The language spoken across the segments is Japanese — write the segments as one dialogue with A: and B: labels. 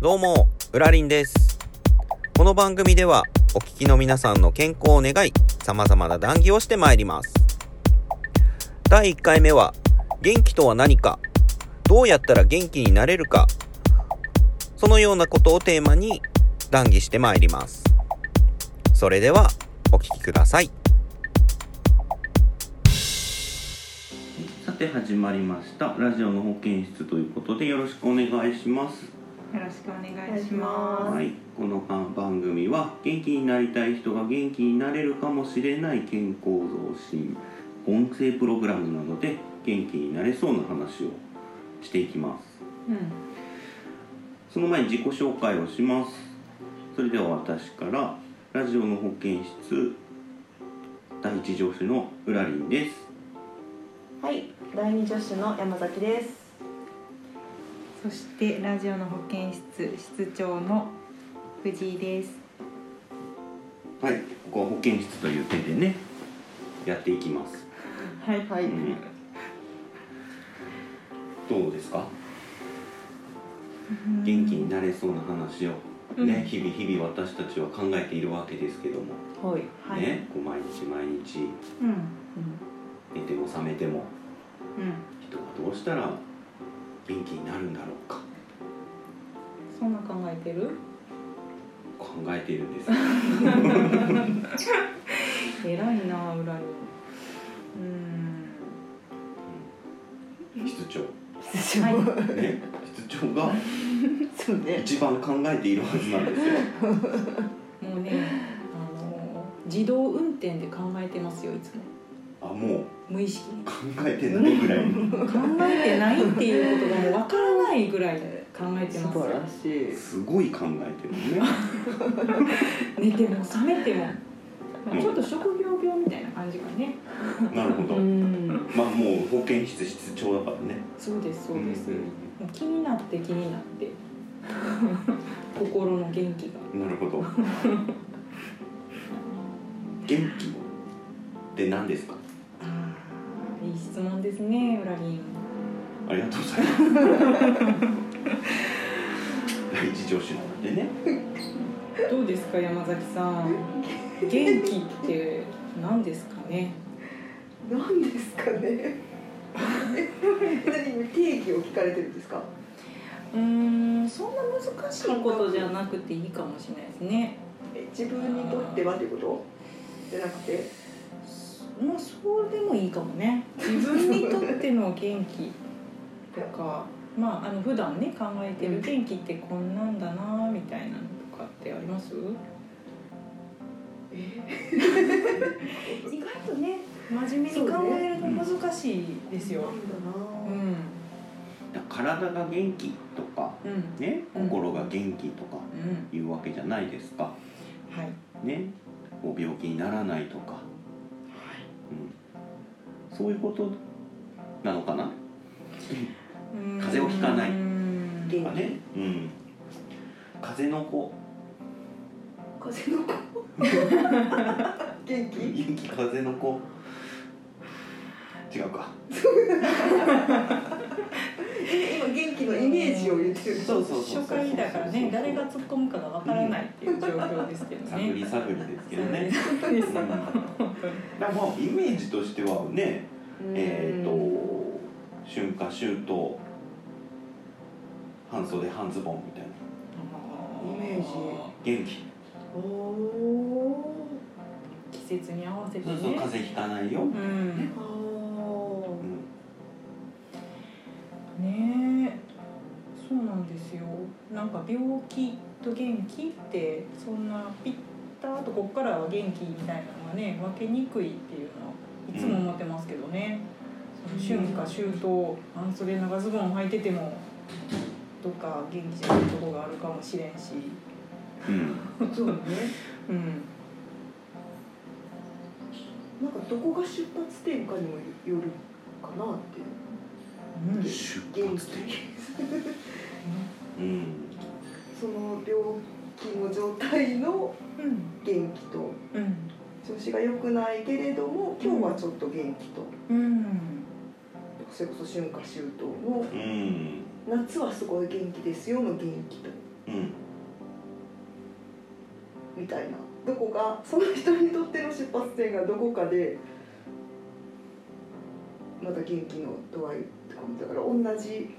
A: どうも、うらりんです。この番組では、お聞きの皆さんの健康を願い、様々な談義をしてまいります。第1回目は、元気とは何か、どうやったら元気になれるか、そのようなことをテーマに談義してまいります。それでは、お聞きください。さて始まりました。ラジオの保健室ということでよろしくお願いします。
B: よろしくお願いします。
A: はい、この番組は元気になりたい人が元気になれるかもしれない健康増進音声プログラムなので元気になれそうな話をしていきます
B: うん、
A: その前に自己紹介をしますそれでは私からラジオの保健室第一上司のうらりんです
C: はい、第二助手の山崎です。
B: そしてラジオの保健室室長の藤井です。
A: はい、ここは保健室という手でねやっていきます、
B: はい
C: は
A: う
C: い、
A: ん、どうですか元気になれそうな話を、ね
B: うん
A: 日々日々私たちは考えているわけですけども、
C: はい、
B: はい。
A: ね、こう毎日毎日
B: うん
A: 寝ても覚めても
B: うん。
A: 人はどうしたら元気になるんだろうか
C: そんな考えてる？
A: 考えている んです
C: 偉いなあ、裏に。うん。
A: うん室長、
C: 失礼。
A: ね、室長が
C: そうね。
A: 一番考えているはずなん ですよ
D: もうね、あの自動運転で考えてますよいつも
A: あもう
D: 無意 識に
A: 考えてないぐらい
D: 考えてないっていうことがもうわからないぐらい考えてますよ
C: しい。
A: すごい考えてるね
D: 寝ても覚めても、まあ、ちょっと職業病みたいな感じがね
A: なるほど
C: うん。
A: まあもう保健室室長だからね
D: そうですそうです、
A: ん
D: もう気になって気になって 心の元気が
A: なるほ ど元気って何ですか
D: あーいい質問ですね裏に
A: ありがとうございます。 第一上司なのでね。
D: どうですか山崎さん元気って何ですかね
C: なんですかね。何定義を聞かれてるんですか？
D: うーんそんな難しいことじゃなくていいかもしれないですね。
C: え自分にとってはっていうこと？じゃなくて、
D: まあそうでもいいかもね。自分にとっての元気と か、まああの普段ね考えてる元気ってこんなんだなみたいなのとかってあります？意外とね真面目に考えるの難しいですよ。
C: なんだ
D: う
C: なん
A: 体が元気とか
D: うん
A: ね、
D: うん
A: 心が元気とか
D: うん
A: いうわけじゃないですか。
D: はい。
A: ね、こう病気にならないとか、うん、そういうことなのかな。風邪をひかない
D: うん
A: とかね、うん、風邪の子、
C: あ。風の子。元気？
A: 元気風邪の子。違うか。
C: え今元気のイメージを言ってる。
A: そうそうそうそう
D: 初回だからね誰が突っ込むかがわからないっていう状況ですけど
A: 探り
D: ね。
A: 探りですけどね。
D: そうです
A: うんだからまあイメージとしてはね、えっ、と春夏秋冬半袖半ズボンみたいな
C: イメージ
A: 元気、
C: おお。
D: 季節に合わせて
A: そ
D: ね
A: うそう風邪ひかないよ、うん
D: うん
C: ああ。
D: ねえそうなんですよなんか病気と元気ってそんなピッターとこっからは元気みたいなのがね分けにくいっていうのはいつも思ってますけどね、その春夏秋冬半袖長ズボン履いててもどっか元気じゃないとこがあるかもしれんし
A: うん
C: そうね。
D: うん
C: なんかどこが出発点かにもよるかなっていう。
D: うん
A: 出
C: 元
A: 発点、
C: 気。
A: うん、
C: その病気の状態の
D: うん
C: 元気と
D: うん
C: 調子が良くないけれども今日はちょっと元気と、
D: うん
C: それこそ春夏秋冬の
A: うん、
C: 夏はすごい元気ですよの元気と
A: うん、
C: みたいなどこがその人にとっての出発点がどこかでまた元気の度合いとかもだから同じ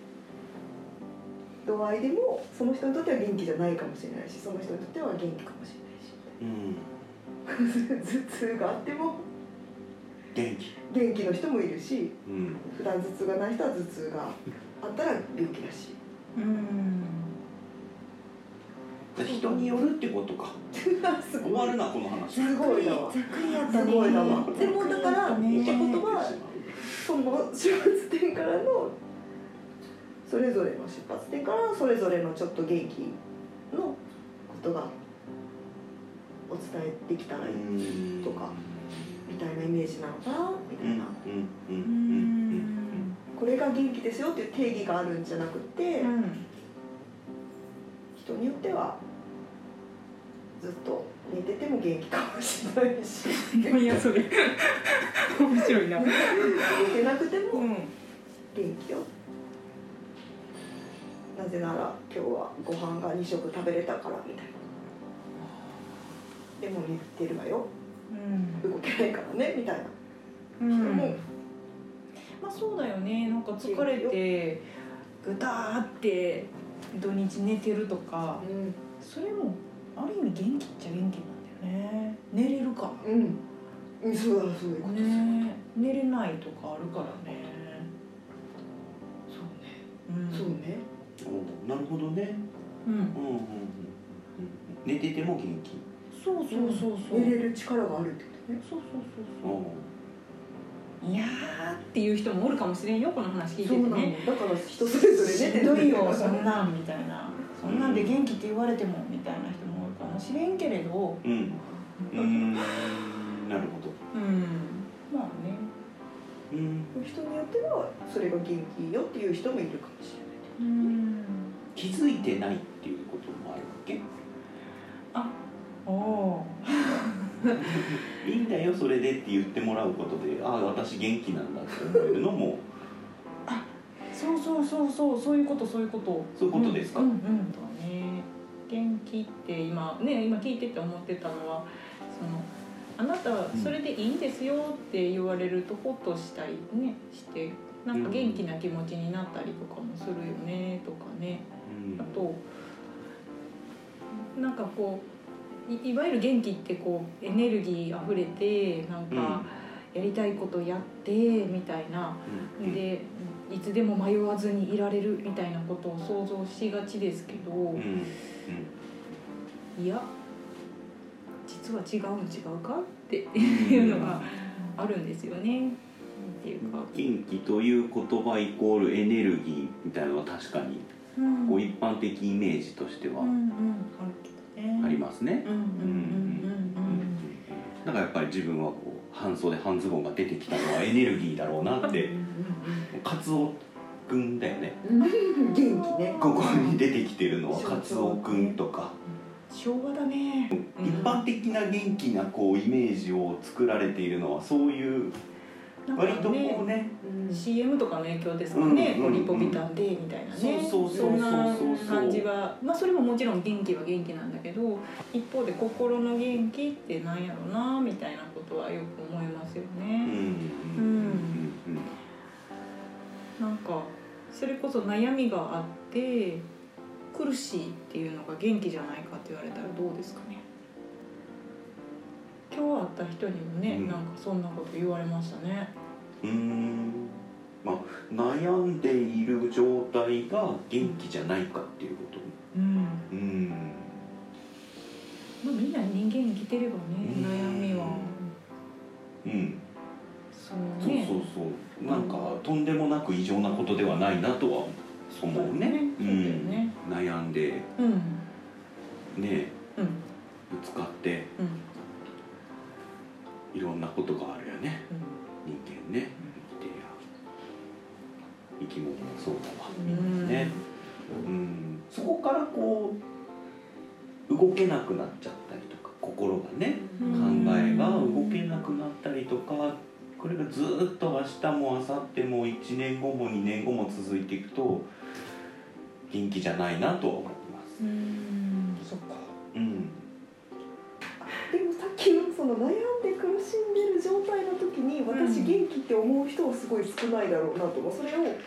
C: 度合いでもその人にとっては元気じゃないかもしれないしその人にとっては元気かもし
A: うん
C: れないし みたいな頭痛があっても
A: 元気
C: 元気の人もいるし
A: うん
C: 普段頭痛がない人は頭痛があったら病気だし
D: うん
A: 人によるってことか
C: す
A: 終
C: ご
A: わ
C: い
A: るなこの話
C: すごいだわ
B: ざっくりやった
C: す
B: ね
C: ごいだわでもだから
D: ざ
C: っ
D: っく
C: て
D: りやったね
C: ことはその出発点からのそれぞれの出発点からそれぞれのちょっと元気のことがお伝えできたらいいとかみたいなイメージなのかなみ
A: う
C: た
A: んう
C: い
A: ん
C: な
A: う
D: うんん
C: これが元気ですよっていう定義があるんじゃなくて
D: うん
C: 人によってはずっと寝てても元気かもしれないし
D: うんいやそれ面白いなうん
C: 寝てなくても元気よなぜなら今日はご飯が2食食べれたからみたいなでも寝てるわよ
D: うん
C: 動けないからねみたいな
D: う
C: 人
D: ん
C: も
D: まあそうだよねなんか疲れてぐたーって土日寝てるとか
C: うん
D: それもある意味元気っちゃ元気なんだよね寝れるか
C: うん、うん、そうだそういうこと、
D: ね寝れないとかあるからね
C: そうね
D: うん
C: そうね
A: おなるほどね
D: うん
A: うんうんうんうん寝てても元気
D: そうそうそうそう
C: 寝れる力があるってことね
D: そうそう
A: お
D: そうそういやーっていう人もおるかもしれんよこの話聞いて
C: そ
D: て
C: うなの
D: ね
C: だから人それぞれ
D: し
C: ね
D: んどいよそんなんみたいなそんなんで
A: うん
D: 元気って言われてもみたいな人もおるかもしれんけれど
A: うんうーんなるほど
D: うんまあね
A: うん
C: 人によってはそれが元気よっていう人もいるかもしれ
D: う
C: ない
D: ん
A: 気づいてないっていうこともあるわけ
D: おお
A: いいんだよそれでって言ってもらうことでああ私元気なんだって思えるのも
D: そうそうそうそうそういうことそういうこと
A: そういうことですか
D: うんうんうんだね元気って今ね今聞いてて思ってたのはそのあなたそれでいいですよって言われるとほっとしたりねしてなんか元気な気持ちになったりとかもするよねとかね
A: うん
D: あとなんかこういいわゆる元気ってこうエネルギーあふれてなん
A: うん
D: かやりたいことやってみたいな、
A: うん
D: でいつでも迷わずにいられるみたいなことを想像しがちですけど、
A: うんうん
D: いや実は違うん違うかって
A: うん
D: いうのがあるんですよね。っていうか、
A: 元気という言葉イコールエネルギーみたいなのは確かに
D: うん
A: こう一般的イメージとしては
D: うんうんあるけどね。
A: ありますね、
D: うんうんうんうんうん。
A: だからやっぱり自分はこう半袖半ズボンが出てきたのはエネルギーだろうなってカツオくんだよね
C: うん元気ね
A: ここに出てきてるのはカツオくんとか
D: 昭和だね。
A: 一般的な元気なこうイメージを作られているのはそういう
D: なんか
A: 割とこうね
D: ね。
C: うん、
D: CM とかの影響ですかね、
A: うん
D: こうリポビタンでみたいなね
A: そうそうそうそうそうん
D: な感じはまあそれももちろん元気は元気なんだけど一方で心の元気ってなんやろうなみたいなことはよく思いますよ
A: うん
D: ね、
A: うん
D: なんかそれこそ悩みがあって苦しいっていうのが元気じゃないかって言われたらどうですかね今日会った人にもね、
A: うん
D: なんかそんなこと言われましたね
A: うーんまあ悩んでいる状態が元気じゃないかっていうこと
D: うん
A: うん
D: まあみんな人間生きてればね
A: うん
D: 悩みは
A: うん
D: その
A: そう
D: ね
A: そうそうなんかとんでもなく異常なことではないなとは思うね
D: そうだよね
A: うん、悩んで
D: うん
A: ね
D: うん
A: ぶつかって
D: うん
A: いろんなことがあるよね人間ね生きてりゃ生き物もそうだわ
D: うんうん
A: ねうんそこからこう動けなくなっちゃったりとか心がね
D: う
A: 考
D: ん
A: えが動けなくなったりとかこれがずっと明日も明後日も1年後も2年後も続いていくと元気じゃないなとは思います
D: うんそっか
A: うん
C: でもさっきのその悩んで苦しんでる状態の時に私
D: うん
C: 元気って思う人はすごい少ないだろうなと思うそれをだか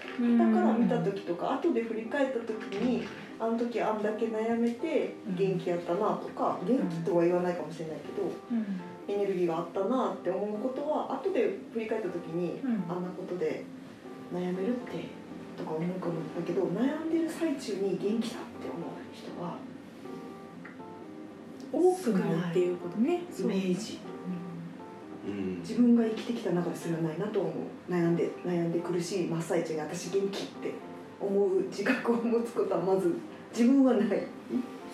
C: ら見た時とか後で振り返った時にあの時あんだけ悩めて元気やったなとか元気とは言わないかもしれないけど
D: うん
C: エネルギーがあったなって思うことは後で振り返った時に
D: うん
C: あんなことで悩めるってとか思うかもだけど悩んでる最中に元気だって思う人は
E: 多くないっていうことね
C: イメージ
A: うん
C: 自分が生きてきた中でそれはないなと思う悩んで悩んで苦しい真っ最中に私元気って思う自覚を持つことはまず自分はない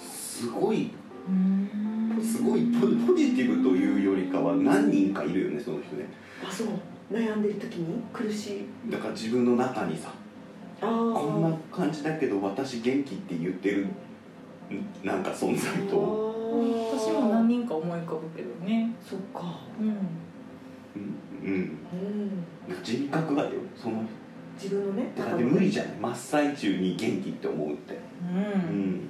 A: すごい
D: うん
A: すごいポポジティブというよりかは何人かいるよねその人ね
C: あそう悩んでる時に苦しい
A: だから自分の中にさ
C: あ
A: こんな感じだけど私元気って言ってるんなんか存在と
D: 私も何人か思い浮かぶけどね
C: そっか
D: うん
A: うん
C: うん
A: うん人格がよその
C: 自分のね
A: だから無理じゃない真っ最中に元気って思うって
D: う
A: うんん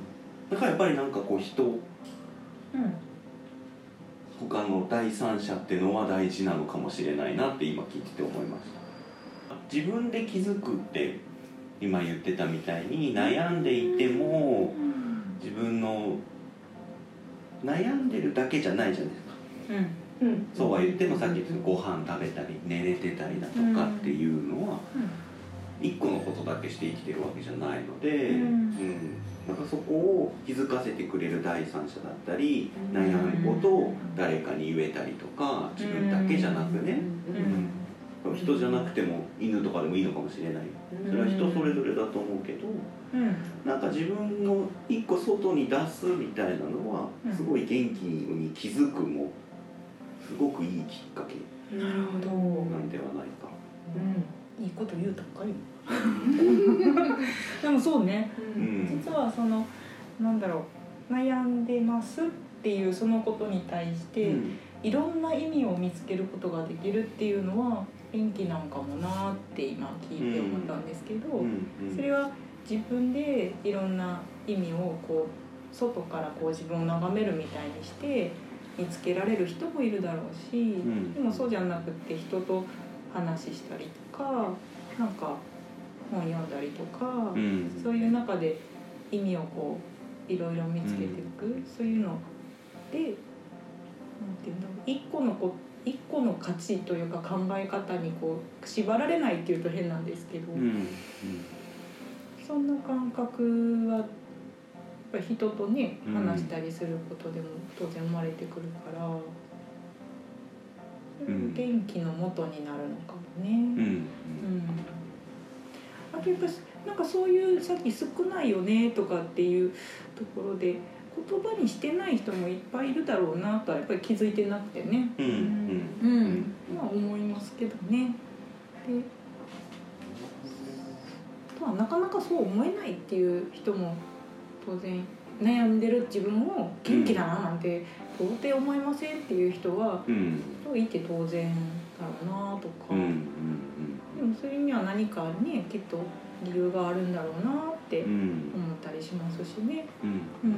A: だからやっぱりなんかこう人
D: うん
A: 他の第三者ってのは大事なのかもしれないなって今聞いてて思いました自分で気づくって今言ってたみたいに悩んでいても自分の悩んでるだけじゃないじゃないですか
D: うん
C: うん
A: そうは言ってもさっき言ったご飯食べたり寝れてたりだとかっていうのは一個のことだけして生きてるわけじゃないので、
D: うん
A: うんなんかそこを気づかせてくれる第三者だったり悩むことを誰かに言えたりとか自分だけじゃなくね、
D: う
C: うん
D: ん
A: 人じゃなくても犬とかでもいいのかもしれないそれは人それぞれだと思うけど
D: うん
A: なんか自分の一個外に出すみたいなのは
D: うん
A: すごい元気に気づくもすごくいいきっかけ
C: なるほど
A: なんではないか。
C: Mm.
D: いいこと言うたんかい でもそうね
A: う
C: Mm.
A: ん
D: 実はそのなんだろう悩んでますっていうそのことに対して、
A: うん
D: いろんな意味を見つけることができるっていうのは元気なんかもなーって今聞いて思ったんですけど、
A: うんうん
D: それは自分でいろんな意味をこう外からこう自分を眺めるみたいにして見つけられる人もいるだろうし、
A: ん
D: でもそうじゃなくって人と話したりとかなんか本読んだりとか、
A: うん
D: そういう中で意味をこういろいろ見つけていく、そういうのでなんていうんだろう一個のこ一個の価値というか考え方にこう縛られないっていうと変なんですけど、
A: うん
D: そんな感覚はやっぱり人とね
A: うん
D: 話したりすることでも当然生まれてくるから、それも元気の元になるのかも
A: うん
D: ね。
A: うん
D: あとやっぱなんかそういうさっき「少ないよね」とかっていうところで言葉にしてない人もいっぱいいるだろうなとはやっぱり気づいてなくてね、
A: うんうん
D: う
A: うんん
D: まあ思いますけどね。でとはなかなかそう思えないっていう人も当然悩んでる自分を元気だななんて到底思いませんっていう人は
A: うん
D: といて当然だろうなと
A: う
D: か。
A: ん
D: でもそれには何かねきっと理由があるんだろうなって
A: うんうんうん
D: 思ったりしますしね、
A: うん
D: うん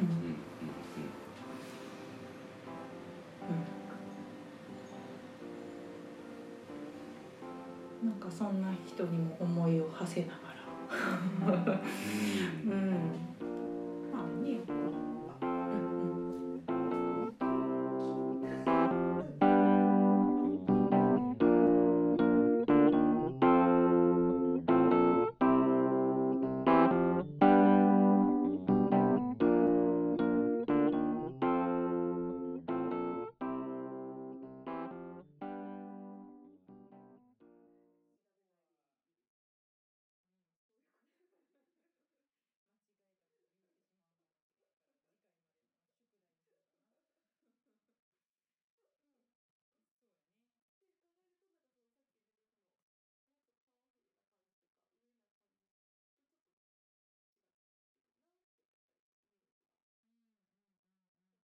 D: なん かそんな人にも思いを馳せながら、うん、